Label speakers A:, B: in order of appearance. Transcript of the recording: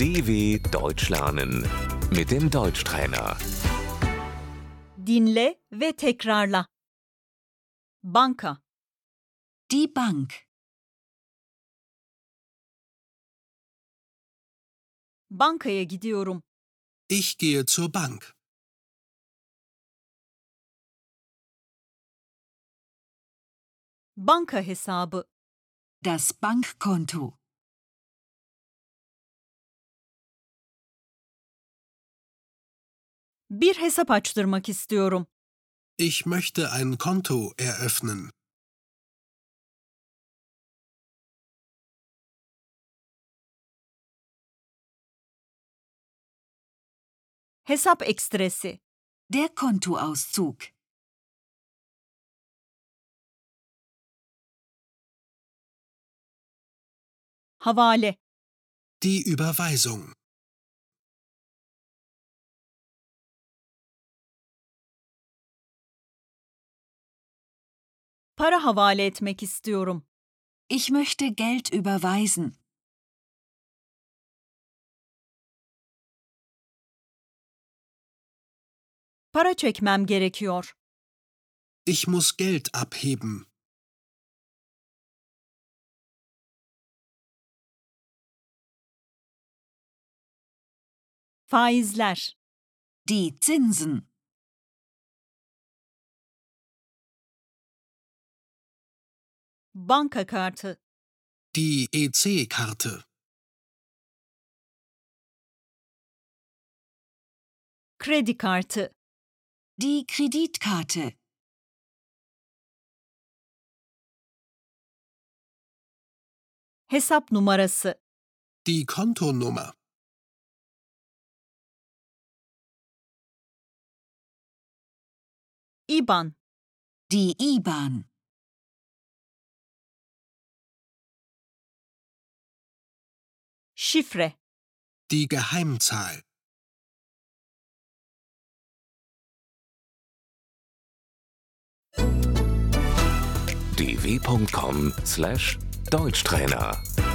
A: DW Deutsch lernen mit dem Deutschtrainer.
B: Dinle ve tekrarla. Banka,
C: Die Bank.
B: bankaya gidiyorum.
D: Ich gehe zur Bank.
B: Banka hesabı,
C: Das Bankkonto.
B: bir hesap açtırmak istiyorum.
D: Ich möchte ein Konto eröffnen.
B: Hesap ekstresi,
C: Der Kontoauszug.
B: havale,
D: Die Überweisung.
B: para havale etmek istiyorum.
C: Ich möchte Geld überweisen.
B: Para çekmem gerekiyor.
D: Ich muss Geld abheben.
B: Faizler,
C: Die Zinsen.
B: banka kartı,
D: Die E EC-Karte.
B: kredi kartı,
C: Die Kreditkarte.
B: hesap numarası,
D: Die Kontonummer.
B: IBAN,
C: Die IBAN.
B: şifre,
D: Die Geheimzahl.
A: dw.com/deutschtrainer